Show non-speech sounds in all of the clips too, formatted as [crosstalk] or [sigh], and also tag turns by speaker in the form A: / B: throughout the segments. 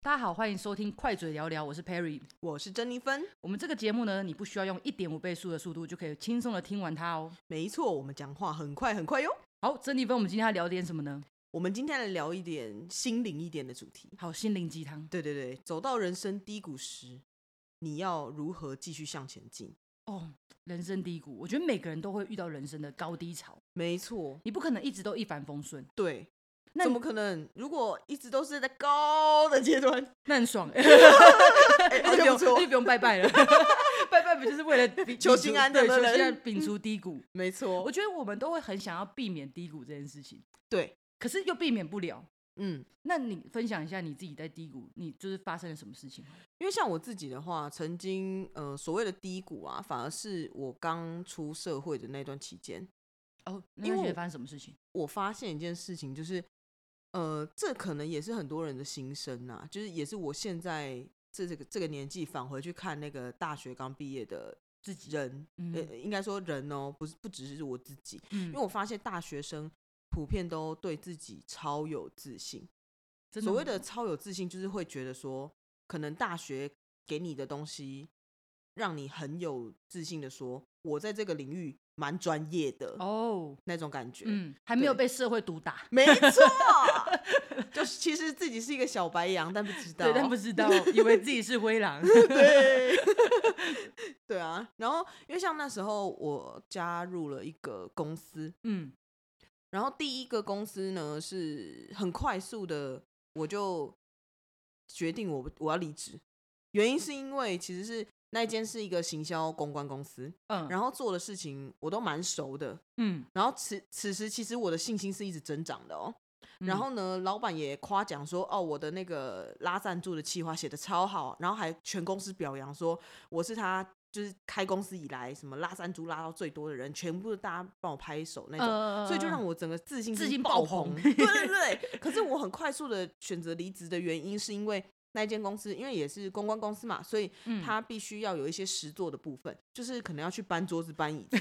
A: 大家好，欢迎收听《快嘴聊聊》，我是 Perry。
B: 我是珍妮芬。
A: 我们这个节目呢，你不需要用一点五倍速的速度就可以轻松的听完它哦。
B: 没错，我们讲话很快很快哟。
A: 好，珍妮芬，我们今天要聊点什么呢？
B: 我们今天来聊一点心灵一点的主题。
A: 好，心灵鸡汤
B: 对对对，走到人生低谷时，你要如何继续向前进？
A: 哦，人生低谷，我觉得每个人都会遇到人生的高低潮，
B: 没错，
A: 你不可能一直都一帆风顺，
B: 对。
A: 那
B: 怎么可能？如果一直都是在高的阶段， [laughs]
A: 那很爽，
B: 哎好
A: 就
B: 像不
A: 不用
B: 错 [laughs]
A: 那就。不用拜拜了，拜拜不就是为了摒
B: 求
A: 摒
B: 心
A: 除
B: 安
A: 对，
B: 的
A: 求
B: 人
A: 心安摒除低谷。
B: 没错
A: 我，觉得我们都会很想要避免低谷这件事情，
B: 对，
A: 可是又避免不了。
B: 嗯，
A: 那你分享一下你自己在低谷，你就是发生了什么事情？
B: 因为像我自己的话，曾经呃所谓的低谷啊，反而是我刚出社会的那段期间，
A: 哦，那你
B: 因为
A: 觉得
B: 我
A: 发生什么事情？
B: 我发现一件事情，就是，呃，这可能也是很多人的心声呐、就是也是我现在这这个这个年纪返回去看那个大学刚毕业的
A: 自己，
B: 人，
A: 嗯
B: 呃，应该说人哦，不是不只是我自己，
A: 嗯
B: 因为我发现大学生普遍都对自己超有自信。
A: 真
B: 所谓
A: 吗
B: 的超有自信，就是会觉得说，可能大学给你的东西，让你很有自信的说，我在这个领域蛮专业的、
A: 哦，
B: 那种感觉。
A: 嗯，还没有
B: 对
A: 被社会毒打，
B: 没
A: [laughs]
B: 错，就是其实自己是一个小白羊，但不知道，
A: 对，但不知道，
B: [laughs]
A: 以为自己是灰狼，
B: 对， [laughs] 对啊。然后因为像那时候我加入了一个公司，
A: 嗯，
B: 然后第一个公司呢是很快速的，我就决定我我要离职，原因是因为其实是那一间是一个行销公关公司，
A: 嗯，
B: 然后做的事情我都蛮熟的，
A: 嗯，
B: 然后此此时其实我的信心是一直增长的哦。然
A: 嗯
B: 后呢，老板也夸奖说：“哦，我的那个拉赞助的企划写的超好。”然后还全公司表扬说：“我是他就是开公司以来什么拉赞助拉到最多的人，全部大家帮我拍手那种。
A: 呃，
B: 所以就让我整个自信
A: 自
B: 心
A: 信
B: 爆
A: 爆棚 [laughs]
B: 对对对。可是我很快速的选择离职的原因，是因为那一间公司，因为也是公关公司嘛，所以
A: 嗯
B: 它必须要有一些实做的部分，就是可能要去搬桌子、搬椅
A: [laughs]
B: 子。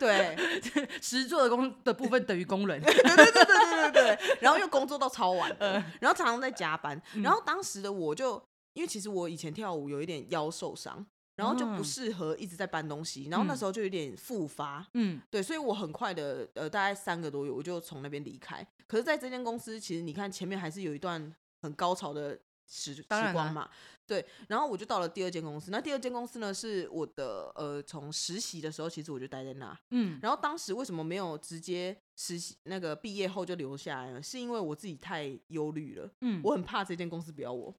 B: 对，
A: 呃实做的工的部分等于
B: [laughs]
A: 工人，
B: 对对对对对， [laughs] 然后又工作到超晚的，
A: 嗯
B: 然后常常在加班。然后当时的我就，因为其实我以前跳舞有一点腰受伤，然后就不
A: 嗯
B: 适合一直在搬东西，然后那
A: 嗯
B: 时候就有点复发。
A: 嗯，
B: 对，所以我很快的，呃，大概三个多月我就从那边离开。可是，在这间公司，其实你看前面还是有一段很高潮的时时
A: 当然啊
B: 光嘛。对，然后我就到了第二间公司。那第二间公司呢，是我的呃，从实习的时候，其实我就待在那。
A: 嗯，
B: 然后当时为什么没有直接实习那个毕业后就留下来呢？是因为我自己太忧虑了，
A: 嗯，
B: 我很怕这间公司不要我。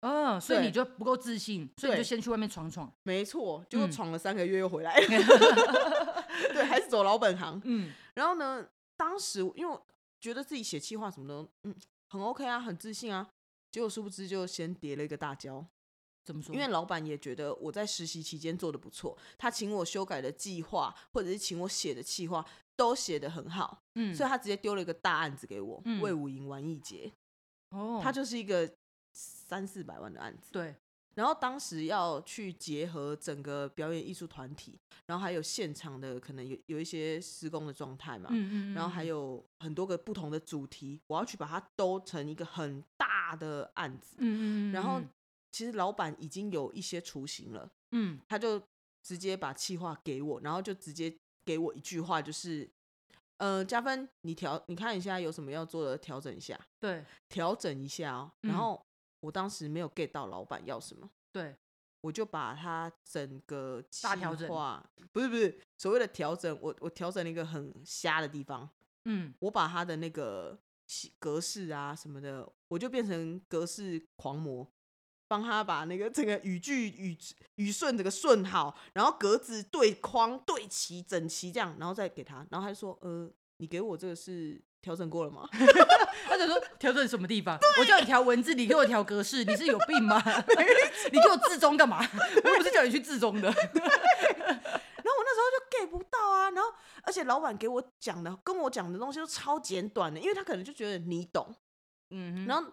A: 嗯，所以你
B: 对
A: 就不够自信，所以你就
B: 对
A: 先去外面闯
B: [laughs]
A: 闯，
B: 没错，结果
A: 嗯
B: 闯了 [laughs] 三个月又回来，对，还是走老本行。
A: 嗯
B: 然后呢，当时因为我觉得自己写气话什么的，嗯，很 OK 啊，很自信啊。结果殊不知就先跌了一个大跤，
A: 怎么说？
B: 因为老板也觉得我在实习期间做的不错，他请我修改的计划或者是请我写的气话都写得很好，
A: 嗯，
B: 所以他直接丢了一个大案子给我，
A: 嗯
B: 魏武营完一节，
A: 哦，
B: 他就是一个三四百万的案子。
A: 对，
B: 然后当时要去结合整个表演艺术团体，然后还有现场的可能有有一些施工的状态嘛，
A: 嗯嗯，
B: 然后还
A: 嗯
B: 有很多个不同的主题，我要去把它兜成一个很大的案子。
A: 嗯嗯嗯，
B: 然后
A: 嗯
B: 其实老板已经有一些雏形了，
A: 嗯，
B: 他就直接把企划给我，然后就直接给我一句话，就是。呃，加分，你调，你看一下有什么要做的，调整一下，
A: 对
B: 调整一下哦。
A: 嗯
B: 然后我当时没有 get 到老板要什么，
A: 对，
B: 我就把它整个
A: 大调整
B: 计划，不是不是所谓的调整，我我调整了一个很瞎的地方，
A: 嗯，
B: 我把它的那个西格式啊什么的，我就变成格式狂魔，帮他把那个整个语句语语顺整个顺好，然后格子对框对齐整齐这样，然后再给他，然后他就说呃，你给我这个是调整过了吗？
A: 他想说调整什么地方？我叫你调文字，你给我调格式，你是有病吗？ [laughs] 你给我自中干嘛？我又不是叫你去自
B: [laughs]
A: 中的。
B: 然后我那时候就 get 不到啊，然后而且老板给我讲的跟我讲的东西都超简短的，因为他可能就觉得你懂，
A: 嗯
B: 然后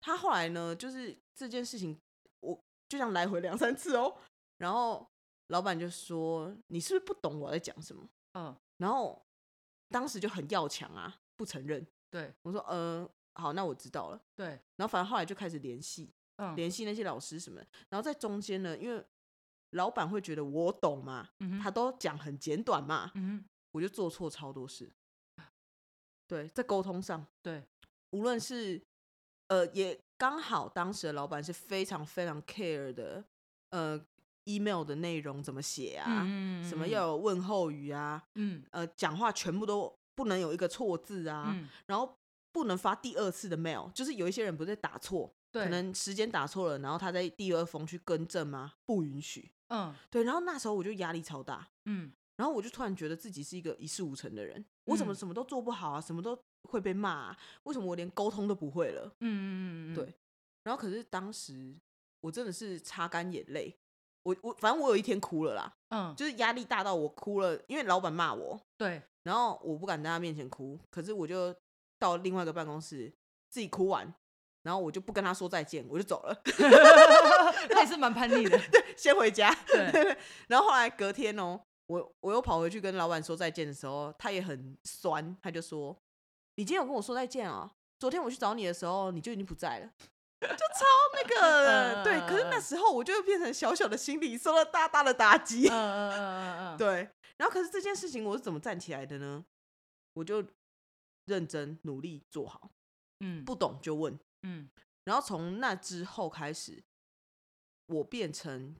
B: 他后来呢，就是这件事情，我就这样来回两三次哦。然后老板就说：“你是不是不懂我在讲什么
A: 后嗯，？”
B: 然后当时就很要强啊，不承认。
A: 对
B: 我说：“嗯、呃，好，那我知道了。
A: 对，”
B: 然后反正后来就开始联系，
A: 嗯
B: 联系那些老师什么的。然后在中间呢，因为老板会觉得我懂嘛，
A: 嗯
B: 他
A: 哼，
B: 都讲很简短嘛，
A: 嗯哼，
B: 我就做错超多事。对，在沟通上，
A: 对，
B: 无论是呃，也刚好当时的老板是非常非常 care 的，呃，email 的内容怎么写啊，
A: 嗯
B: 什么要有问候语啊，
A: 嗯
B: 呃，讲话全部都不能有一个错字啊，
A: 嗯，
B: 然后不能发第二次的 mail，就是有一些人不是打错，
A: 对，
B: 可能时间打错了，然后他在第二封去更正吗？不允许。
A: 嗯
B: 对，然后那时候我就压力超大，
A: 嗯
B: 然后我就突然觉得自己是一个一事无成的人，我怎么
A: 嗯
B: 什么都做不好啊，什么都会被骂、啊，为什么我连沟通都不会了？
A: 嗯嗯嗯，
B: 对然后可是当时我真的是擦干眼泪，我我反正我有一天哭了啦，
A: 嗯
B: 就是压力大到我哭了，因为老板骂我，
A: 对，
B: 然后我不敢在他面前哭，可是我就到另外一个办公室自己哭完，然后我就不跟他说再见，我就走了， [laughs]
A: 他也是蛮叛逆的，
B: 先回家。
A: 对，
B: 然后后来隔天哦，我我又跑回去跟老板说再见的时候，他也很酸，他就说：“你今天有跟我说再见啊、昨天我去找你的时候，你就已经不在了。”就超那
A: [laughs] 嗯
B: 个
A: 嗯嗯
B: 的，对。可是那时候我就变成小小的心理受到大大的打击
A: 嗯，嗯嗯嗯嗯，
B: [laughs] 对。然后可是这件事情我是怎么站起来的呢？我就认真努力做好，
A: 嗯
B: 不懂就问。
A: 嗯
B: 然后从那之后开始，我变成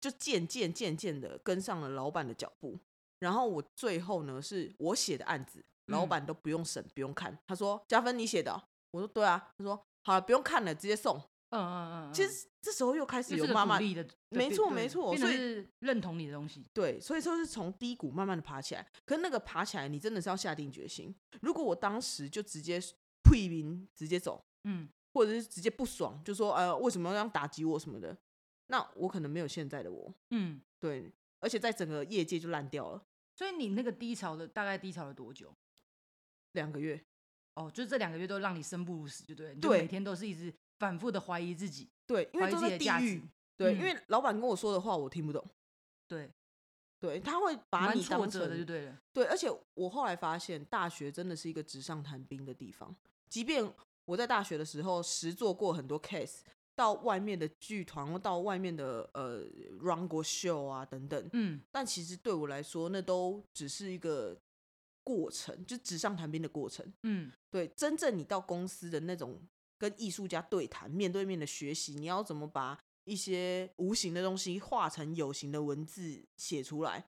B: 就渐渐渐渐的跟上了老板的脚步。然后我最后呢，是我写的案子，老
A: 嗯
B: 板都不用审，不用看。他说：“加分你写的哦、我说：“对啊。”他说：“好了，不用看了，直接送。
A: 嗯嗯嗯，
B: 其实这时候又开
A: 是
B: 始有妈妈
A: 力的，所以是认同你的东西，
B: 对，所以说是从低谷慢慢的爬起来。可是那个爬起来，你真的是要下定决心。如果我当时就直接退民，直接走，
A: 嗯
B: 或者是直接不爽，就说呃为什么要这样打击我什么的，那我可能没有现在的我，
A: 嗯。
B: 对，而且在整个业界就烂掉了
A: 所以你那个低潮的大概低潮了多久？
B: 两个月，
A: 哦，就这两个月都让你生不如死，就对了，你就
B: 对
A: 每天都是一直反复的怀疑自己，
B: 对，因
A: 怀
B: 为
A: 疑
B: 都
A: 自己
B: 在
A: 的
B: 地
A: 价值
B: 狱，，对，因
A: 嗯
B: 为老板跟我说的话我听不懂，
A: 对，
B: 对，他会把
A: 蛮
B: 你
A: 挫
B: 当
A: 折的，就
B: 成
A: 对了，
B: 对，而且我后来发现大学真的是一个纸上谈兵的地方，即便我在大学的时候实做过很多 case。到外面的剧团或到外面的呃 run 过秀啊等等，
A: 嗯
B: 但其实对我来说，那都只是一个过程，就纸上谈兵的过程。
A: 嗯
B: 对，真正你到公司的那种跟艺术家对谈、面对面的学习，你要怎么把一些无形的东西化成有形的文字写出来？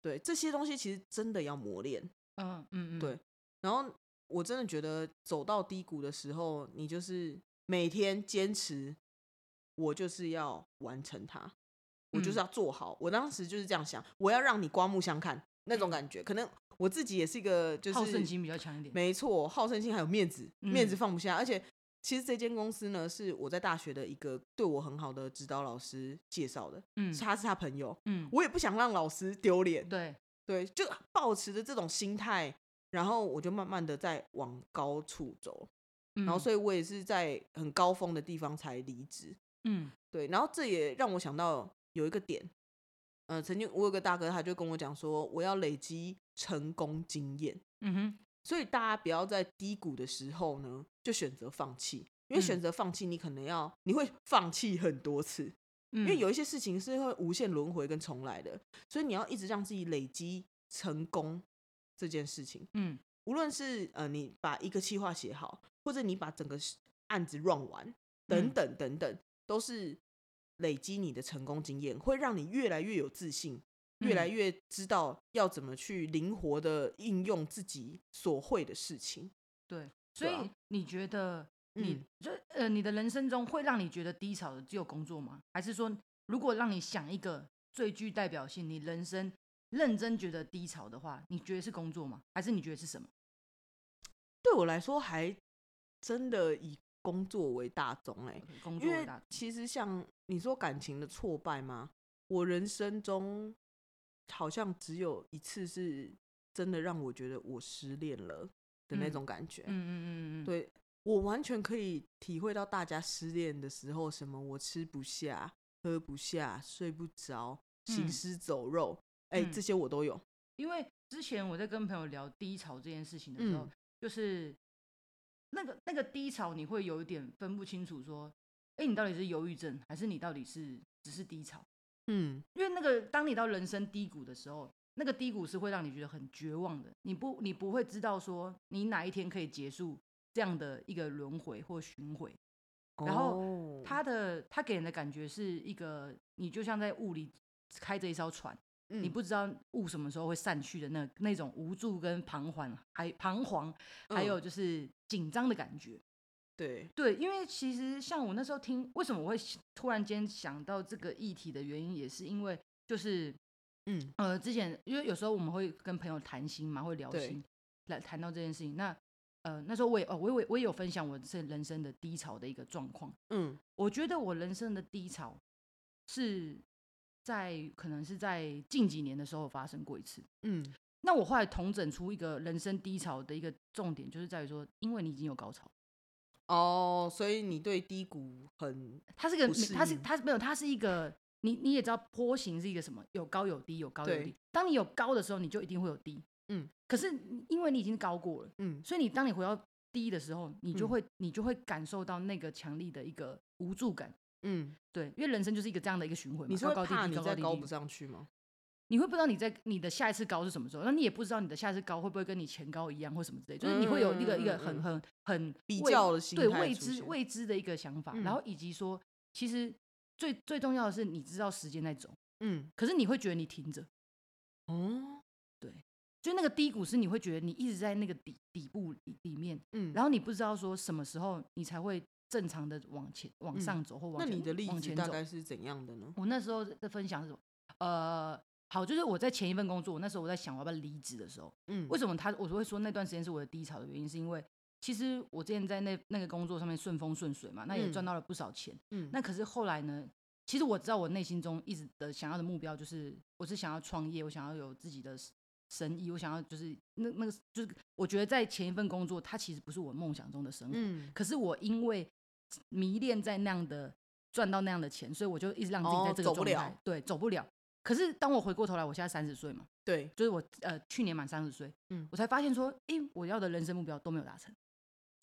B: 对，这些东西其实真的要磨练。
A: 嗯嗯嗯，
B: 对然后我真的觉得走到低谷的时候，你就是每天坚持，我就是要完成它，我就是
A: 嗯
B: 要做好。我当时就是这样想，我要让你刮目相看那种感觉。可能我自己也是一个就
A: 嗯
B: 是
A: 好胜心比较强一点，
B: 没错，好胜心还有面子，面子
A: 嗯
B: 放不下。而且其实这间公司呢，是我在大学的一个对我很好的指导老师介绍的，
A: 嗯
B: 是他是他朋友，
A: 嗯，
B: 我也不想让老师丢脸。
A: 对，
B: 对，就保持着这种心态，然后我就慢慢的在往高处走，
A: 然
B: 然后所以我也是在很高峰的地方才离职。
A: 嗯
B: 对，然后这也让我想到有一个点，呃，曾经我有个大哥，他就跟我讲说，我要累积成功经验，
A: 嗯哼
B: 所以大家不要在低谷的时候呢就选择放弃，因为选择放弃，你可能要你会放弃很多次，
A: 嗯，
B: 因为有一些事情是会无限轮回跟重来的，所以你要一直让自己累积成功这件事情。
A: 嗯
B: 无论是呃你把一个计划写好，或者你把整个事案子 run 完，等
A: 嗯
B: 等等等，都是累积你的成功经验，会让你越来越有自信，越来
A: 嗯
B: 越知道要怎么去灵活的应用自己所会的事情。
A: 对，所
B: 对啊
A: 以你觉得你
B: 嗯
A: 就呃你的人生中会让你觉得低潮的只有工作吗？还是说如果让你想一个最具代表性，你人生认真觉得低潮的话，你觉得是工作吗？还是你觉得是什么？
B: 对我来说，还真的以工作为大宗哎、
A: 呃工作
B: 因
A: 为
B: 为
A: 大宗
B: 其实像你说感情的挫败吗？我人生中好像只有一次是真的让我觉得我失恋了的那
A: 嗯
B: 种感觉。
A: 嗯嗯嗯嗯，
B: 对我完全可以体会到大家失恋的时候，什么我吃不下、喝不下、睡不着、行
A: 嗯
B: 尸走肉，哎、
A: 嗯
B: 这些我都有。
A: 因为之前我在跟朋友聊低潮这件事情的时候，
B: 嗯
A: 就是那个那个低潮，你会有一点分不清楚说哎、你到底是忧郁症，还是你到底是只是低潮？
B: 嗯
A: 因为那个，当你到人生低谷的时候，那个低谷是会让你觉得很绝望的。你不，你不会知道说你哪一天可以结束这样的一个轮回或巡回。然后
B: 哦
A: 它的它给人的感觉是一个，你就像在雾里开着一艘船，你
B: 嗯
A: 不知道雾什么时候会散去的那那种无助跟彷徨，还彷徨，还
B: 嗯
A: 有就是紧张的感觉。
B: 对，
A: 对，因为其实像我那时候听，为什么我会想突然间想到这个议题的原因，也是因为就是
B: 嗯
A: 呃，之前因为有时候我们会跟朋友谈心嘛，会聊
B: 对
A: 心，来谈到这件事情。那呃，那时候我也哦，我也我也有分享我是人生的低潮的一个状况。
B: 嗯
A: 我觉得我人生的低潮是在可能是在近几年的时候发生过一次。
B: 嗯，
A: 那我后来统整出一个人生低潮的一个重点，就是在于说，因为你已经有高潮，
B: 哦，所以你对低谷很
A: 它是个
B: 不适，
A: 它是
B: 应
A: 它是没有，它是一个你你也知道坡形是一个什么，有高有低，有高有
B: 对
A: 低。当你有高的时候，你就一定会有低。
B: 嗯，
A: 可是因为你已经高过了，
B: 嗯
A: 所以你当你回到低的时候，你就
B: 嗯
A: 会、你就会感受到那个强力的一个无助感。
B: 嗯，
A: 对，因为人生就是一个这样的一个循环嘛，
B: 你是
A: 高
B: 会
A: 高低
B: 怕
A: 低，
B: 你
A: 高
B: 再
A: 高低
B: 高
A: 低
B: 不。上去吗？
A: 你会不知道你在你的下一次高是什么时候，那你也不知道你的下一次高会不会跟你前高一样或什么之类，就是你会有一个一个
B: 嗯嗯嗯
A: 很
B: 嗯
A: 很很
B: 比
A: 未
B: 较的心
A: 对
B: 态
A: 未
B: 出
A: 知
B: 现
A: 未知的一个想法，然
B: 嗯
A: 后以及说，其实最最重要的是你知道时间在走，
B: 嗯，
A: 可是你会觉得你停着，
B: 哦，
A: 就那个低谷是你会觉得你一直在那个底底部里里面，
B: 嗯，
A: 然后你不知道说什么时候你才会正常的往前往
B: 嗯
A: 上走或往
B: 那
A: 前、
B: 你的例
A: 往
B: 子
A: 前
B: 大
A: 走。
B: 概是怎样的呢？
A: 我那时候的分享是什么？呃，好，就是我在前一份工作，我那时候我在想我要不要离职的时候，
B: 嗯，
A: 为
B: 什
A: 什么他我会说那段时间是我的低潮的原因，是因为其实我之前在那那个工作上面顺风顺水嘛，那也赚
B: 嗯
A: 到了不少钱。
B: 嗯
A: 那可是后来呢，其实我知道我内心中一直的想要的目标就是，我是想要创业，我想要有自己的 s- 生意，我想要就是那那个就是我觉得在前一份工作，它其实不是我梦想中的生活，
B: 嗯，
A: 可是我因为迷恋在那样的赚到那样的钱，所以我就一直让自己
B: 哦
A: 在这个
B: 走
A: 状
B: 不
A: 态，
B: 了
A: 对，走不了。可是当我回过头来，我现在三十岁嘛，
B: 对，
A: 就是我呃去年满三十岁，
B: 嗯
A: 我才发现说，诶，我要的人生目标都没有达成。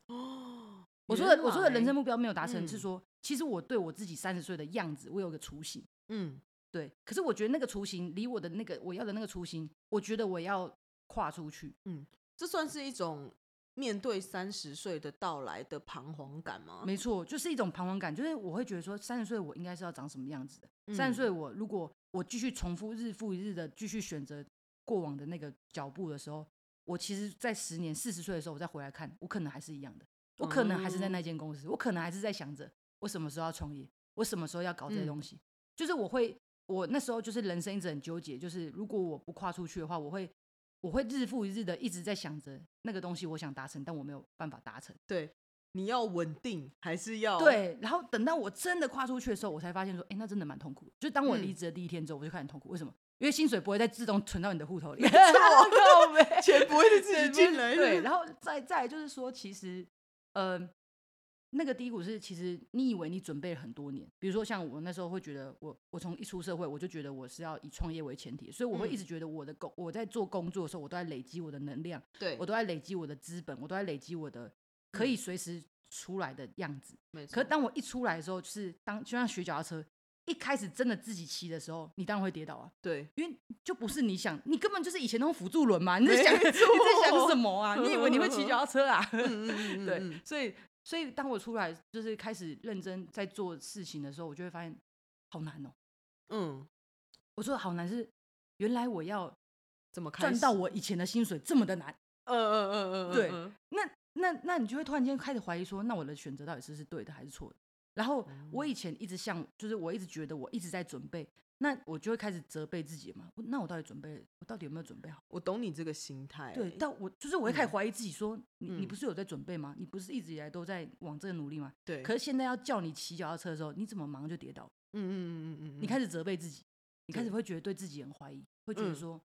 B: 哦，
A: 我说的我说的
B: 原
A: 人生
B: 来，
A: 目标没有达成，是
B: 嗯
A: 说其实我对我自己三十岁的样子，我有个雏形。
B: 嗯
A: 对，可是我觉得那个雏形离我的那个我要的那个雏形，我觉得我要跨出去。
B: 这算是一种面对三十岁的到来的彷徨感吗？
A: 没错，就是一种彷徨感，就是我会觉得说，三十岁我应该是要长什么样子的。三十
B: 嗯
A: 岁我如果我继续重复日复一日的继续选择过往的那个脚步的时候，我其实，在十年四十岁的时候，我再回来看，我可能还是一样的，我可能还是在
B: 哦
A: 那间公司，我可能还是在想着我什么时候要创业，我什么时候要搞这些
B: 嗯
A: 东西。就是我会，我那时候就是人生一直很纠结，就是如果我不跨出去的话，我会。我会日复一日的一直在想着那个东西，我想达成，但我没有办法达成。
B: 对，你要稳定还是要
A: 对，然后等到我真的跨出去的时候，我才发现说，哎、那真的蛮痛苦的。就是当我离
B: 嗯
A: 职的第一天之后，我就开始痛苦。为什么？因为薪水不会再自动存到你的户头里， [laughs]
B: 靠呗，钱不会是自己进来的。
A: 对，然后再再来就是说，其实，呃，那个低谷是其实你以为你准备了很多年，比如说像我那时候会觉得我，我从一出社会我就觉得我是要以创业为前提，所以我会一
B: 嗯
A: 直觉得我的工我在做工作的时候，我都在累积我的能量，
B: 对，嗯
A: 我都在累积我的资本，我都在累积我的可以随时出来的样子。
B: 没
A: 可
B: 错
A: 是当我一出来的时候，就是当就像学脚踏车，一开始真的自己骑的时候，你当然会跌倒啊，
B: 对，
A: 因为就不是你想，你根本就是以前那种辅助轮嘛，你在想你
B: 没
A: 在想
B: 错
A: 什么
B: [laughs]
A: 啊？你以为你会骑脚踏车啊？ [laughs]
B: 嗯嗯嗯嗯
A: 对
B: 嗯，
A: 所以所以当我出来就是开始认真在做事情的时候，我就会发现好难哦、
B: 嗯，
A: 我说的好难是原来我要
B: 怎么开
A: 赚到
B: 始？
A: 我以前的薪水这么的难，
B: 嗯嗯嗯嗯，
A: 对
B: 嗯
A: 那那那你就会突然间开始怀疑说，那我的选择到底是是对的还是错的？然后
B: 哦
A: 我以前一直像，就是我一直觉得我一直在准备，那我就会开始责备自己嘛。我那我到底准备，我到底有没有准备好？
B: 我懂你这个心态。
A: 对，但我就是我会开始怀疑自己说，你你
B: 嗯
A: 不是有在准备吗？你不是一直以来都在往这个努力吗？
B: 对，
A: 可是现在要叫你骑脚踏车的时候，你怎么忙就跌倒？
B: 嗯嗯嗯嗯嗯，
A: 你开始责备自己，你开始
B: 对
A: 会觉得对自己很怀疑，会觉得
B: 嗯
A: 说，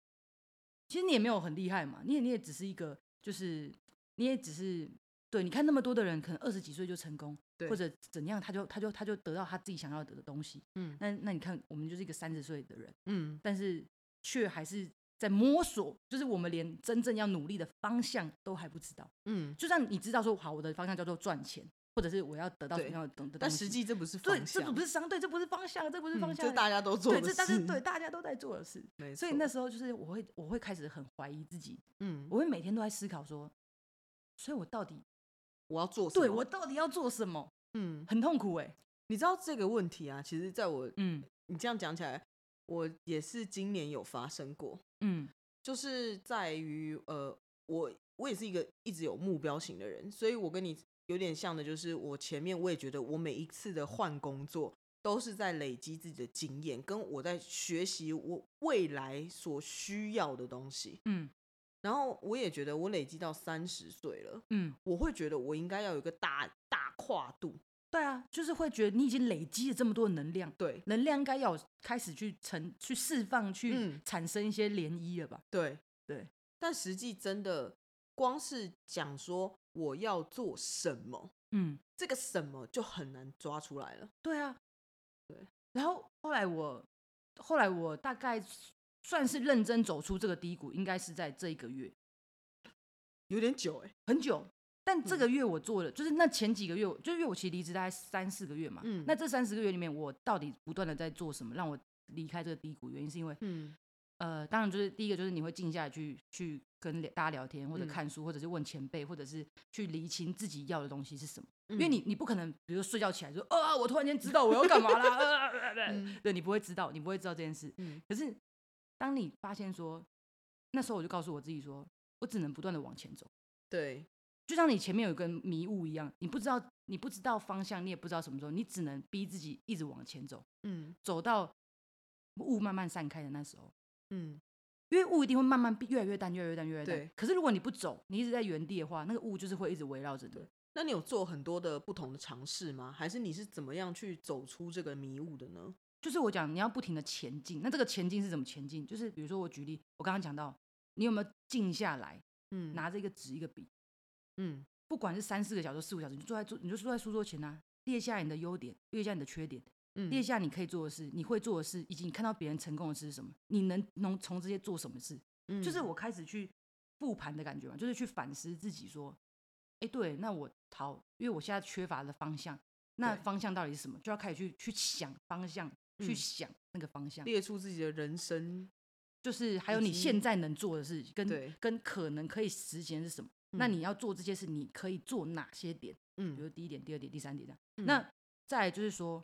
A: 其实你也没有很厉害嘛，你也你也只是一个，就是你也只是对，你看那么多的人，可能二十几岁就成功，或
B: 对
A: 者怎样，他就他就他就得到他自己想要的东西。
B: 嗯
A: 那那你看，我们就是一个三十岁的人，
B: 嗯
A: 但是却还是在摸索，就是我们连真正要努力的方向都还不知道。
B: 嗯
A: 就算你知道说好，我的方向叫做赚钱，或者是我要得到什么
B: 对
A: 样的东的东
B: 但
A: 西
B: 实际这不是方
A: 对，
B: 向，嗯
A: 这不
B: 是
A: 是相对，这不是方向，这不是方
B: 这
A: 向，啊
B: 是大家都做
A: 对，
B: 的
A: 这
B: 事，
A: 但是对大家都在做的事。
B: 没
A: 所以
B: 错
A: 那时候就是我会我会开始很怀疑自己，
B: 嗯，
A: 我会每天都在思考说，所以我到底
B: 我要做什
A: 对
B: 么
A: 我到底要做什么？
B: 嗯，
A: 很痛苦哎、
B: 你知道这个问题啊？其实在我
A: 嗯
B: 你这样讲起来，我也是今年有发生过，
A: 嗯
B: 就是在于呃，我我也是一个一直有目标型的人，所以我跟你有点像的，就是我前面我也觉得我每一次的换工作都是在累积自己的经验，跟我在学习我未来所需要的东西。
A: 嗯
B: 然后我也觉得我累积到三十岁了，
A: 嗯，
B: 我会觉得我应该要有一个大大跨度，
A: 对啊，就是会觉得你已经累积了这么多能量，
B: 对
A: 能量应该要有开始去沉去释放，去
B: 嗯
A: 产生一些涟漪了吧？
B: 对
A: 对，
B: 但实际真的光是讲说我要做什么，
A: 嗯，
B: 这个什么就很难抓出来了。
A: 对啊，
B: 对。
A: 然后后来我后来我大概算是认真走出这个低谷，应该是在这一个月。
B: 有点久哎、
A: 很久。但这个
B: 嗯
A: 月我做了，就是那前几个月我，就因为我其实离职大概三四个月嘛，
B: 嗯
A: 那这三四个月里面，我到底不断的在做什么，让我离开这个低谷？原因是因为，
B: 嗯，
A: 呃，当然就是第一个就是你会静下来去去跟大家聊天，或者
B: 嗯
A: 看书，或者是问前辈，或者是去厘清自己要的东西是什么。
B: 因
A: 因为你你不可能，比如说睡觉起来说，啊，我突然间知道我要干嘛啦，啊啊啊啊
B: 嗯
A: 对你不会知道，你不会知道这件事。
B: 嗯
A: 可是当你发现说，那时候我就告诉我自己说，我只能不断的往前走。
B: 对，
A: 就像你前面有一个迷雾一样，你不知道你不知道方向，你也不知道什么时候，你只能逼自己一直往前走，
B: 嗯
A: 走到雾慢慢散开的那时候，
B: 嗯
A: 因为雾一定会慢慢变越来越淡，越来越淡，越来越
B: 对
A: 淡。可是如果你不走，你一直在原地的话，那个雾就是会一直围绕着你
B: 对。那你有做很多的不同的尝试吗？还是你是怎么样去走出这个迷雾的呢？
A: 就是我讲，你要不停的前进。那这个前进是怎么前进？就是比如说我举例，我刚刚讲到，你有没有静下来，
B: 嗯
A: 拿着一个纸一个笔，
B: 嗯
A: 不管是三四个小时、四五个小时，你就坐在桌，你就坐在书桌前啊，列下你的优点，列下你的缺点，
B: 嗯
A: 列下你可以做的事，你会做的事，以及你看到别人成功的事是什么，你能能从这些做什么事？就是
B: 嗯
A: 我开始去复盘的感觉嘛，就是去反思自己，说，哎，对，那我逃，因为我现在缺乏的方向，那
B: 对
A: 方向到底是什么？就要开始去去想方向，去
B: 嗯
A: 想那个方向，
B: 列出自己的人生，
A: 就是还
B: 以
A: 有你现
B: 及
A: 在能做的事，
B: 对
A: 跟跟可能可以实现是什么？那
B: 嗯
A: 你要做这些事，你可以做哪些点？比
B: 嗯
A: 如第一点、第二点、第三点这样。
B: 嗯
A: 那再来就是说，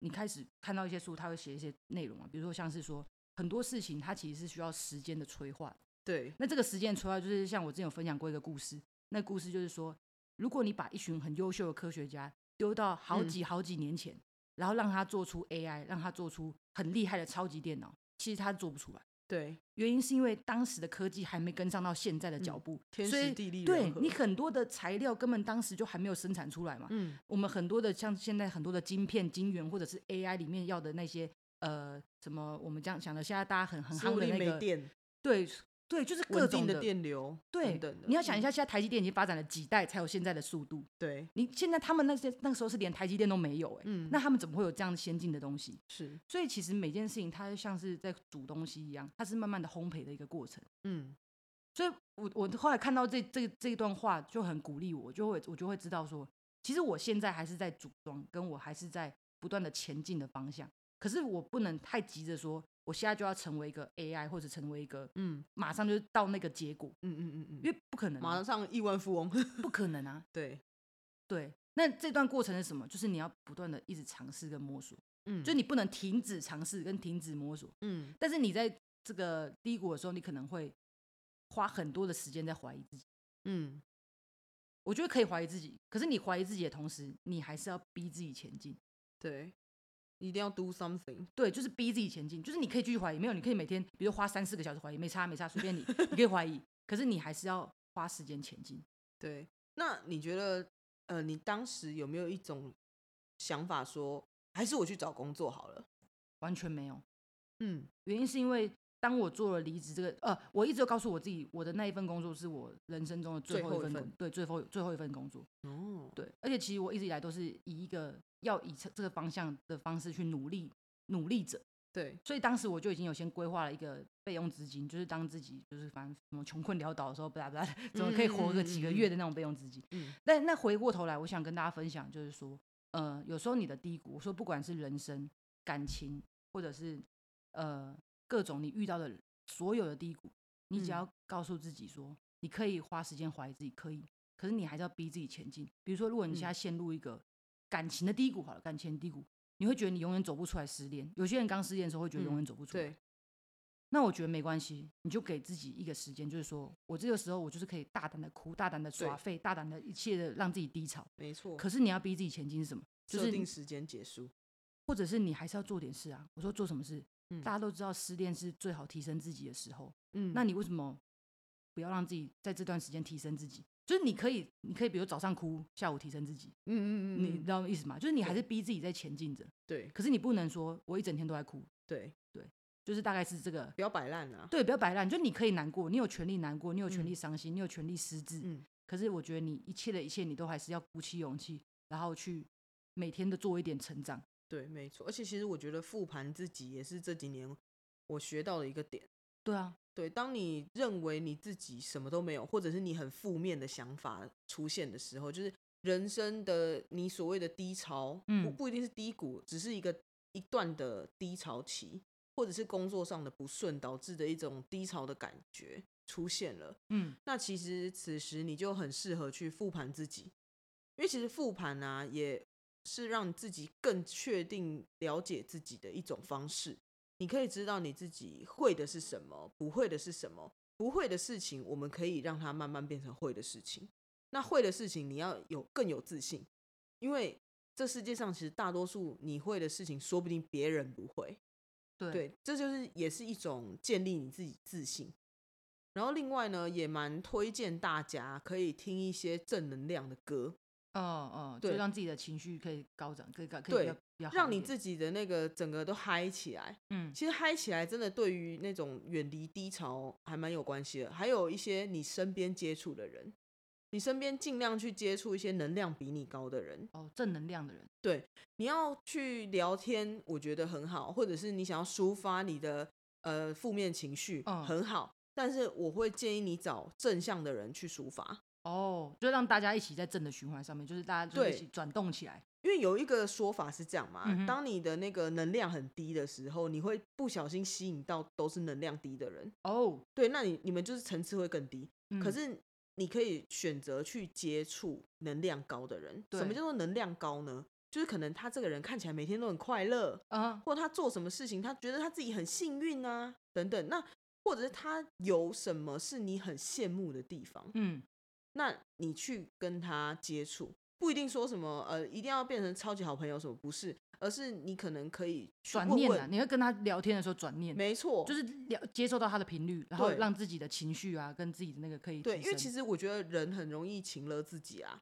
A: 你开始看到一些书，它会写一些内容啊，比如说像是说很多事情，它其实是需要时间的催化。
B: 对，
A: 那这个时间催化，就是像我之前有分享过一个故事，那故事就是说，如果你把一群很优秀的科学家丢到好
B: 嗯
A: 几好几年前，然后让他做出 AI，让他做出很厉害的超级电脑，其实他做不出来。
B: 对，
A: 原因是因为当时的科技还没跟上到现在的脚
B: 嗯
A: 步，
B: 天
A: 所
B: 时
A: 以
B: 地利
A: 对
B: 人和
A: 你很多的材料根本当时就还没有生产出来嘛。
B: 嗯
A: 我们很多的像现在很多的晶片、晶圆或者是 AI 里面要的那些呃什么，我们这样想的，现在大家很很
B: 输
A: 夯的
B: 力
A: 那
B: 没
A: 个，
B: 电，
A: 对对，就是各
B: 稳
A: 种
B: 定
A: 的
B: 电流
A: 对
B: 等等的，
A: 你要想一
B: 嗯，
A: 下，现在台积电已经发展了几代才有现在的速度。
B: 对，
A: 你现在他们那些那个时候是连台积电都没有哎、
B: 嗯
A: 那他们怎么会有这样先进的东西？
B: 是，
A: 所以其实每件事情它就像是在煮东西一样，它是慢慢的烘焙的一个过程。
B: 嗯
A: 所以我我后来看到这这这一段话就很鼓励我，就会我就会知道说，其实我现在还是在组装，跟我还是在不断的前进的方向。可是我不能太急着说，我现在就要成为一个 AI 或者成为一个
B: 嗯
A: 马上就到那个结果，
B: 嗯嗯嗯
A: 因
B: 嗯，
A: 为不可能、
B: 马
A: 啊，
B: 上亿万富 [laughs] 翁，
A: 不可能啊。
B: 对，
A: 对，那这段过程是什么？就是你要不断的一直尝试跟摸索，
B: 嗯，
A: 就你不能停止尝试跟停止摸索。
B: 嗯
A: 但是你在这个低谷的时候，你可能会花很多的时间在怀疑自己。
B: 嗯
A: 我觉得可以怀疑自己，可是你怀疑自己的同时，你还是要逼自己前进。
B: 对，一定要 do something，
A: 对，就是逼自己前进，就是你可以继续怀疑，没有，你可以每天，比如花三四个小时怀疑，没差没差，随便你，你可以怀疑，可是你还是要花时间前进。
B: 对，那你觉得，呃，你当时有没有一种想法说，还是我去找工作好了？
A: 完全没有，
B: 嗯
A: 原因是因为当我做了离职这个，呃，我一直有告诉我自己，我的那一份工作是我人生中的最
B: 最
A: 后
B: 后
A: 一
B: 一
A: 份
B: 份
A: 工，对，最后最后一份工作，
B: 哦，
A: 对，而且其实我一直以来都是以一个要以这这个方向的方式去努力努力着，
B: 对，
A: 所以当时我就已经有先规划了一个备用资金，就是当自己就是反正什么穷困潦倒的时候，不啦不 [laughs] 啦，怎么可以活个几个月的那种备用资金。
B: 嗯
A: 但那回过头来，我想跟大家分享，就是说，呃，有时候你的低谷，我说不管是人生、感情，或者是呃各种你遇到的所有的低谷，你只
B: 嗯
A: 要告诉自己说，你可以花时间怀疑自己，可以，可是你还是要逼自己前进。比如说，如果你现
B: 嗯
A: 在陷入一个感情的低谷，好了，感情的低谷，你会觉得你永远走不出来失恋。有些人刚失恋的时候会觉得永
B: 嗯
A: 远走不出来，
B: 对，
A: 那我觉得没关系，你就给自己一个时间，就是说我这个时候我就是可以大胆的哭，大胆的耍
B: 对
A: 废，大胆的一切的让自己低潮。
B: 没错，
A: 可是你要逼自己前进是什么？就
B: 设
A: 是
B: 定
A: 你
B: 时间结束，
A: 或者是你还是要做点事啊。我说做什么事？
B: 嗯
A: 大家都知道失恋是最好提升自己的时候，
B: 嗯
A: 那你为什么不要让自己在这段时间提升自己？就是你可以，你可以比如早上哭，下午提升自己，
B: 嗯嗯嗯，
A: 你知道意思吗？就是你还
B: 对
A: 是逼自己在前进着，
B: 对
A: 可是你不能说我一整天都在哭，
B: 对，
A: 就是大概是这个
B: 不要摆烂啊，
A: 对，不要摆烂，就你可以难过，你有权利难过，你有权
B: 嗯
A: 利伤心，你有权利失智。
B: 嗯
A: 可是我觉得你一切的一切，你都还是要鼓起勇气，然后去每天的做一点成长。
B: 对，没错。而且其实我觉得复盘自己也是这几年我学到的一个点。
A: 对啊，
B: 对，当你认为你自己什么都没有，或者是你很负面的想法出现的时候，就是人生的你所谓的低潮，不
A: 嗯
B: 不一定是低谷，只是一个一段的低潮期，或者是工作上的不顺导致的一种低潮的感觉出现了。
A: 嗯，
B: 那其实此时你就很适合去复盘自己，因为其实复盘啊，也是让自己更确定了解自己的一种方式。你可以知道你自己会的是什么，不会的是什么。不会的事情，我们可以让它慢慢变成会的事情。那会的事情，你要有更有自信，因为这世界上其实大多数你会的事情，说不定别人不会。
A: 对，
B: 对，这就是也是一种建立你自己自信。然后另外呢，也蛮推荐大家可以听一些正能量的歌，
A: 哦哦，就
B: 对
A: 让自己的情绪可以高涨，可以高，可以
B: 对
A: 比较比较好
B: 让
A: 一
B: 你
A: 点
B: 自己的那个整个都嗨起来。
A: 嗯
B: 其实嗨起来真的对于那种远离低潮还蛮有关系的，还有一些你身边接触的人，你身边尽量去接触一些能量比你高的人，
A: 哦正能量的人，
B: 你要去聊天，我觉得很好，或者是你想要抒发你的呃负面情绪，
A: 嗯
B: 很好。但是我会建议你找正向的人去抒发，
A: 哦，就让大家一起在正的循环上面，就是大家就
B: 对
A: 一起转动起来。
B: 因为有一个说法是这样嘛，
A: 嗯哼
B: 当你的那个能量很低的时候，你会不小心吸引到都是能量低的人，
A: 哦，
B: 对，那你你们就是层次会更低。
A: 嗯
B: 可是你可以选择去接触能量高的人。什么
A: 对
B: 叫做能量高呢？就是可能他这个人看起来每天都很快乐，
A: 啊，
B: 或他做什么事情，他觉得他自己很幸运啊，等等。那或者是他有什么是你很羡慕的地方，
A: 嗯，
B: 那你去跟他接触，不一定说什么呃，一定要变成超级好朋友什么，不是，而是你可能可以去
A: 转
B: 问
A: 念啊，
B: 问，
A: 你会跟他聊天的时候转念，
B: 没错，
A: 就是了接受到他的频率，然后
B: 对
A: 让自己的情绪啊跟自己的那个可以
B: 对，
A: 提
B: 因为
A: 升
B: 其实我觉得人很容易情了自己啊，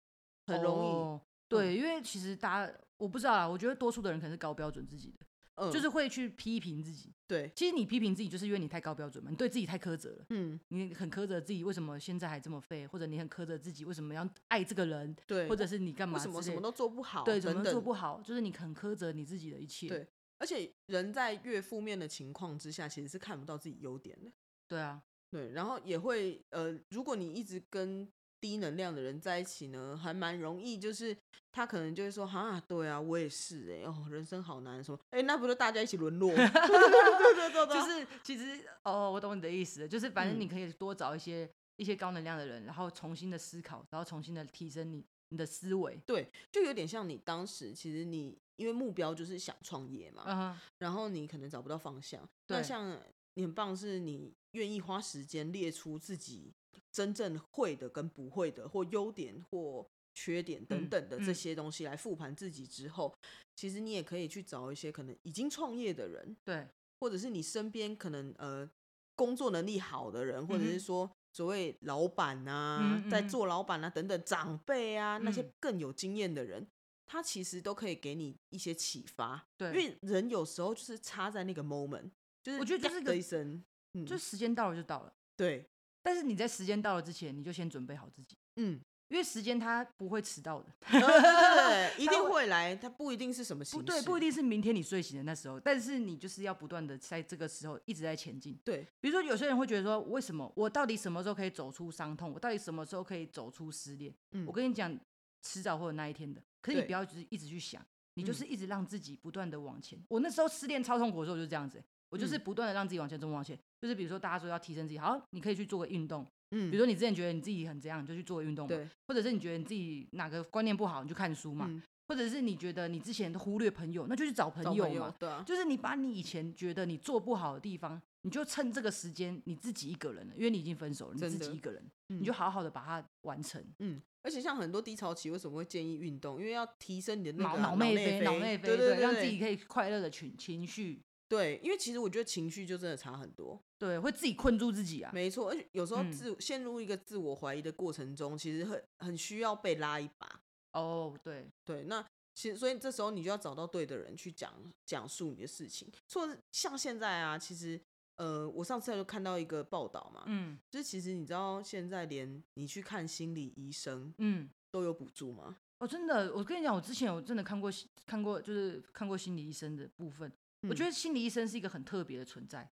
B: 很容易，嗯
A: 哦对，因为其实大家我不知道啦，我觉得多数的人可能是高标准自己的，
B: 嗯，
A: 就是会去批评自己。
B: 对，
A: 其实你批评自己，就是因为你太高标准嘛，你对自己太苛责了，
B: 嗯，
A: 你很苛责自己为什么现在还这么废，或者你很苛责自己为什么要爱这个人，
B: 对，
A: 或者是你干嘛
B: 为什么
A: 之
B: 什
A: 类
B: 么都做不好，
A: 对，怎
B: 等
A: 么
B: 等
A: 做不好，就是你很苛责你自己的一切。
B: 对而且人在越负面的情况之下，其实是看不到自己优点的。
A: 对啊，
B: 对，然后也会呃，如果你一直跟低能量的人在一起呢，还蛮容易，就是他可能就会说，哈，对啊，我也是、欸，哎，哦，人生好难，什么，哎、那不就大家一起沦落？ [laughs] 对对对对对，
A: 就是其实哦，我懂你的意思了，就是反正
B: 嗯
A: 你可以多找一些、一些高能量的人，然后重新的思考，然后重新的提升你你的思维。
B: 对，就有点像你当时，其实你因为目标就是想创业嘛，
A: 嗯哼，
B: 然后你可能找不到方向。那
A: 对
B: 像你很棒，是你愿意花时间列出自己真正会的跟不会的，或优点或缺点等
A: 嗯
B: 等的这
A: 嗯
B: 些东西来复盘自己之后，其实你也可以去找一些可能已经创业的人，
A: 对，
B: 或者是你身边可能呃工作能力好的人，或者
A: 嗯
B: 是
A: 哼
B: 说所谓老板啊，
A: 嗯
B: 在
A: 嗯嗯
B: 做老板啊等等长辈啊、那些
A: 嗯
B: 更有经验的人，他其实都可以给你一些启发。
A: 对
B: 因为人有时候就是差在那个 moment，就是
A: 我觉得就是
B: 呀
A: 个
B: 的一声，嗯，
A: 就时间到了就到了。
B: 对，
A: 但是你在时间到了之前，你就先准备好自己。
B: 嗯，
A: 因为时间他不会迟到的，
B: 对对对对，一
A: 他
B: 定
A: 会
B: 会来，他不一定是什么形
A: 不
B: 式，
A: 对，不一定是明天你睡醒的那时候，但是你就是要不断的在这个时候一直在前进。
B: 对，
A: 比如说有些人会觉得说，为什么我到底什么时候可以走出伤痛？我到底什么时候可以走出失恋？
B: 嗯
A: 我跟你讲，迟早会有那一天的。可是你
B: 对嗯
A: 不要就是一直去想，你就是一直让自己不断的往前。我那时候失恋超痛苦的时候，我就这样子欸、我就是
B: 嗯
A: 不断的让自己往前冲，往前。就是比如说大家说要提升自己，好，你可以去做个运动。
B: 嗯，
A: 比如说你之前觉得你自己很怎样，你就去做个运动嘛。
B: 对，
A: 或者是你觉得你自己哪个观念不好，你就看书嘛。
B: 嗯
A: 或者是你觉得你之前都忽略朋友，那就去找朋
B: 找
A: 友
B: 朋
A: 嘛。 [laughs]
B: 友，对啊，
A: 就是你把你以前觉得你做不好的地方，你就趁这个时间你自己一个人了，因为你已经分手了，你
B: 真
A: 自
B: 的
A: 己一个人，
B: 嗯
A: 你就好好的把它完成。
B: 嗯，而且像很多低潮期，为什么会建议运动？因为要提升你的那
A: 脑
B: 个啊
A: 脑内啡，脑内
B: 内
A: 啡，
B: 对对，
A: 让
B: 对
A: 自己可以快乐的情情绪，
B: 对，因为其实我觉得情绪就真的差很多，
A: 对，会自己困住自己啊。
B: 没错，而且有时候
A: 嗯
B: 自、陷入一个自我怀疑的过程中，其实很很需要被拉一把，
A: 哦，对，
B: 对，那其实所以这时候你就要找到对的人去讲讲述你的事情。所以像现在啊，其实呃，我上次就看到一个报道嘛，
A: 嗯
B: 就是其实你知道现在连你去看心理医生
A: 嗯。
B: 都有补助吗？
A: 哦，真的，我跟你讲，我之前有真的看过心，看过就是看过心理医生的部分。我觉
B: 嗯
A: 得心理医生是一个很特别的存在，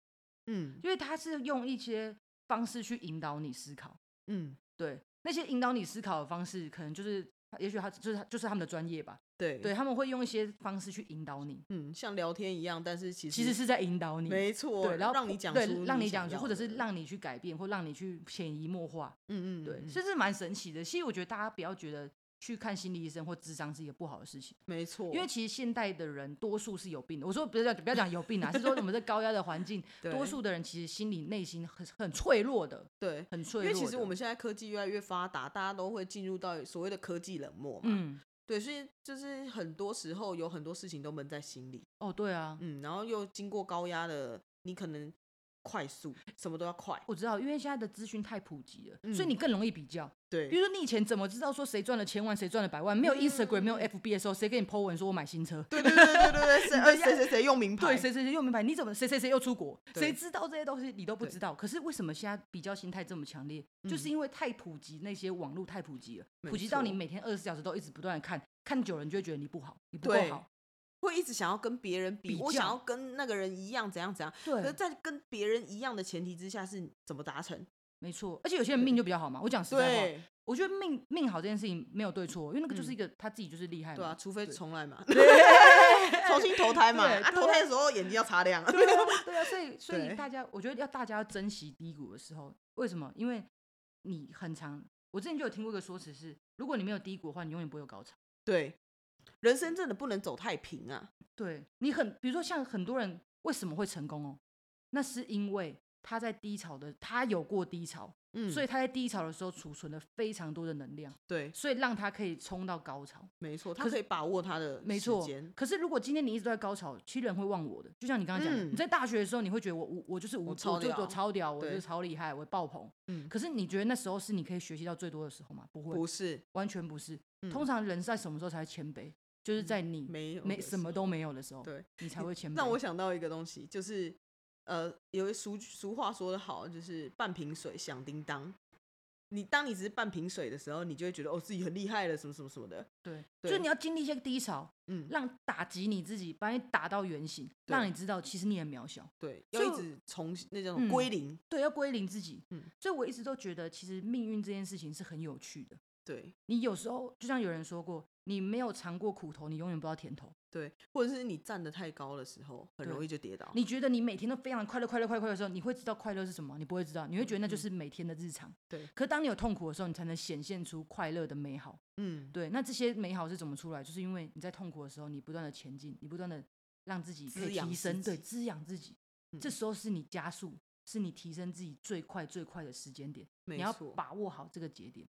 B: 嗯
A: 因为他是用一些方式去引导你思考。
B: 嗯，
A: 对，那些引导你思考的方式，可能就是，也许他就是就是他们的专业吧。
B: 对
A: 对，他们会用一些方式去引导你，
B: 嗯，像聊天一样，但是其实
A: 其实是在引导你。
B: 没错，
A: 对，然后
B: 让
A: 破
B: 你讲
A: 对
B: 出，
A: 让你
B: 想
A: 讲出，
B: 要
A: 或者
B: 的
A: 是让你去改变，或让你去潜移默化。
B: 嗯嗯
A: 对，
B: 嗯
A: 这是蛮神奇的。其实我觉得大家不要觉得去看心理医生或智商是一个不好的事情。
B: 没错，
A: 因为其实现代的人多数是有病的。我说不要讲不要讲有病啊，是说我们在高压的环境，
B: [laughs] 对
A: 多数的人其实心里内心很很脆弱的，
B: 对。
A: 很
B: 因
A: 脆弱
B: 为
A: 的。
B: 其实我们现在科技越来越发达，大家都会进入到所谓的科技冷漠嘛。
A: 嗯，
B: 对，所以就是很多时候有很多事情都闷在心里，
A: 哦对啊，
B: 嗯，然后又经过高压的，你可能快速，什么都要快，
A: 我知道，因为现在的资讯太普及了，
B: 嗯
A: 所以你更容易比较。比
B: 对，嗯
A: 如说你以前怎么知道说谁赚了千万，谁赚了百万？没有 Instagram，没有 FB 的时候，哦谁给你 po 文说我买新车？
B: 对对对对对对，谁呃
A: 你的
B: 谁谁谁用名牌，
A: 对，谁谁谁又明白？你怎么谁谁谁又出国？
B: 对
A: 谁知道这些东西？你都不
B: 对嗯
A: 知道。可是为什么现在比较心态这么强烈？就是因为太普及，那些网络太普及了，
B: 没
A: 普及到你
B: 错
A: 每天二十四小时都一直不断的看，看久了你就会觉得你不好，你不够
B: 对
A: 好。
B: 会一直想要跟别人比，
A: 比
B: 我想
A: 较
B: 要跟那个人一样，怎样怎样，可
A: 对，
B: 是在跟别人一样的前提之下是怎么达成？
A: 没错。而且有些人命就比较好嘛。我讲实在话，
B: 对嗯
A: 我觉得命命好这件事情没有对错，因为那个就是一个他自己就是厉害
B: 对啊，
A: 嘛。
B: 除非
A: 对
B: 重来
A: [laughs]
B: 嘛，重新投胎嘛，
A: 对
B: 啊，
A: 对
B: 投胎的时候眼睛要擦亮，
A: 对啊，对啊，所以所
B: 对
A: 以大家，我觉得要大家要珍惜低谷的时候，为什么？因为你很长，我之前就有听过一个说辞是，如果你没有低谷的话，你永远不会有高潮。
B: [laughs] 对，人生真的不能走太平啊，
A: 对你很，比如说像很多人为什么会成功哦，那是因为他在低潮的，他有过低潮，
B: 嗯，
A: 所以他在低潮的时候储存了非常多的能量，
B: 对，
A: 所以让他可以冲到高潮。
B: 没错，他
A: 可是
B: 可以把握他的
A: 没
B: 时
A: 错
B: 间，
A: 可是如果今天你一直都在高潮，其实人会忘我的。就像你刚刚讲的，
B: 嗯
A: 你在大学的时候，你会觉得我我我就是无
B: 我超
A: 我就
B: 屌
A: 我超屌，我就是
B: 对
A: 超厉害，我爆棚。
B: 嗯
A: 可是你觉得那时候是你可以学习到最多的时候吗？不会，
B: 不是
A: 完全不是。
B: 嗯
A: 通常人是在什么时候才会谦卑？就是在你
B: 没有
A: 没
B: 的
A: 什
B: 时
A: 么都没有的时候，
B: 对，
A: 你才会谦卑。
B: 让我想到一个东西，就是呃，有一俗俗话说得好，就是半瓶水响叮当。你当你只是半瓶水的时候，你就会觉得哦自己很厉害了，什么什么什么的。
A: 对，
B: 对
A: 就是你要经历一些低潮，
B: 嗯，
A: 让打击你自己，把你打到原形，
B: 对
A: 让你知道其实你很渺小。
B: 对，
A: 所
B: 要
A: 以
B: 一
A: 我
B: 直重新那种
A: 嗯
B: 归零。
A: 对，要归零自己。
B: 嗯
A: 所以我一直都觉得，其实命运这件事情是很有趣的。
B: 对
A: 你有时候就像有人说过，你没有尝过苦头，你永远不知道甜头。
B: 对，或者是你站得太高的时候，很容
A: 对
B: 易就跌倒。
A: 你觉得你每天都非常快乐、快乐、快乐、快乐的时候，你会知道快乐是什么？你不会知道，你会觉得那就是每天的日常。
B: 嗯对
A: 可当你有痛苦的时候，你才能显现出快乐的美好。
B: 嗯，
A: 对，那这些美好是怎么出来？就是因为你在痛苦的时候，你不断的前进，你不断的让自己可
B: 滋
A: 以
B: 养
A: 提
B: 自
A: 升，对，
B: 己
A: 滋养自己。这
B: 嗯
A: 时候是你加速，是你提升自己最快最快的时间点。你
B: 没
A: 要
B: 错。
A: 把握好这个节点。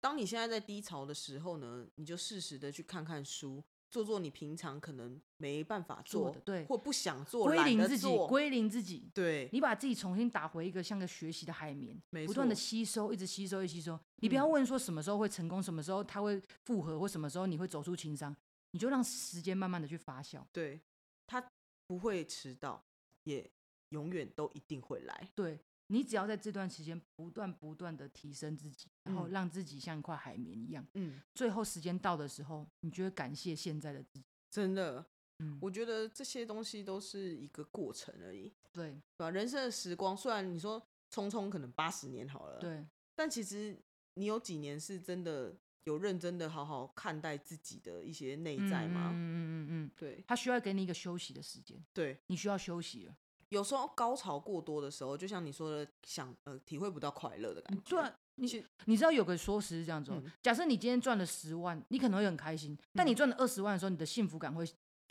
B: 当你现在在低潮的时候呢，你就适时的去看看书，做做你平常可能没办法
A: 做
B: 做
A: 的对
B: 或不想做，
A: 归
B: 懒
A: 零
B: 得
A: 自己，
B: 做
A: 归零自己，
B: 对，
A: 你把自己重新打回一个像个学习的海绵，
B: 没
A: 不断的
B: 错嗯
A: 吸收，一直吸收，一直吸收。你不要问说什么时候会成功，什么时候它会复合，或什么时候你会走出情伤，你就让时间慢慢的去发酵。
B: 对，他不会迟到，也永远都一定会来。
A: 对，你只要在这段时间不断不断的提升自己，然后
B: 嗯
A: 让自己像一块海绵一样，
B: 嗯，
A: 最后时间到的时候，你就会感谢现在的自己。
B: 真的，
A: 嗯，
B: 我觉得这些东西都是一个过程而已，
A: 对
B: 对吧？人生的时光虽然你说匆匆可能八十年好了，，
A: 对
B: 但其实你有几年是真的有认真的好好看待自己的一些内在吗？
A: 嗯嗯嗯嗯嗯，
B: 对
A: 他需要给你一个休息的时间，
B: 对，
A: 你需要休息了。
B: 有时候高潮过多的时候，就像你说的，想呃体会不到快乐的感觉。
A: 对啊，
B: 其
A: 你你知道有个说辞是这样子、哦
B: 嗯
A: 假设你今天赚了十万，你可能会很开心，但你赚了二十万的时候，你的幸福感会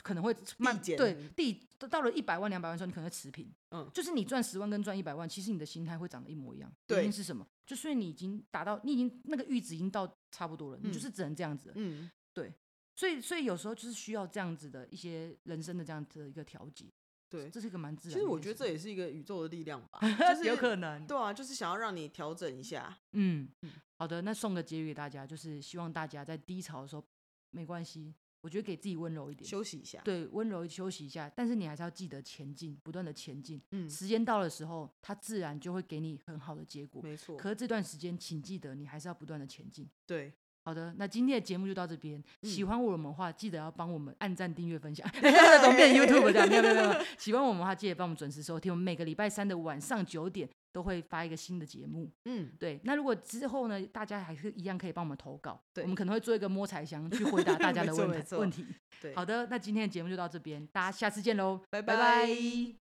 A: 可能会慢
B: 减
A: 对，递到了一百万、两百万的时候，你可能会持平。
B: 嗯
A: 就是你赚十万跟赚一百万，其实你的心态会长得一模一样。
B: 对
A: 原因是什么？就所以你已经达到，你已经那个阈值已经到差不多了，你就
B: 嗯
A: 是只能这样子了。
B: 嗯，
A: 所以，所以有时候就是需要这样子的一些人生的这样子的一个调节，
B: 对。
A: 这是一个蛮自
B: 其
A: 然的一件事情。
B: 实我觉得这也是一个宇宙的力量
A: [laughs]
B: 吧，就是
A: 有可能，
B: 对啊，就是想要让你调整一下。
A: 嗯
B: 嗯，
A: 好的，那送个结语给大家，就是希望大家在低潮的时候没关系，我觉得给自己温柔一点，
B: 休息一下。
A: 对，温柔休息一下，但是你还是要记得前进，不断的前进，
B: 嗯，
A: 时间到的时候，它自然就会给你很好的结果。
B: 没错，
A: 可是这段时间，请记得你还是要不断的前进。
B: 对，
A: 好的，那今天的节目就到这边。
B: 嗯
A: 喜欢我们的话，记得要帮我们按赞、订阅、分
B: [laughs]
A: 享。怎么变 YouTube 这样？没有没有没有没有。喜欢我们的话，记得帮我们准时收听。我们每个礼拜三的晚上九点都会发一个新的节目。
B: 嗯，
A: 对，那如果之后呢，大家还是一样可以帮我们投稿，
B: 对
A: 我们可能会做一个摸彩箱去回答大家的
B: 没错
A: 问
B: 没
A: 题
B: 错
A: 问题。
B: 对
A: 好的，那今天的节目就到这边，大家下次见喽，
B: 拜
A: 拜
B: 拜
A: 拜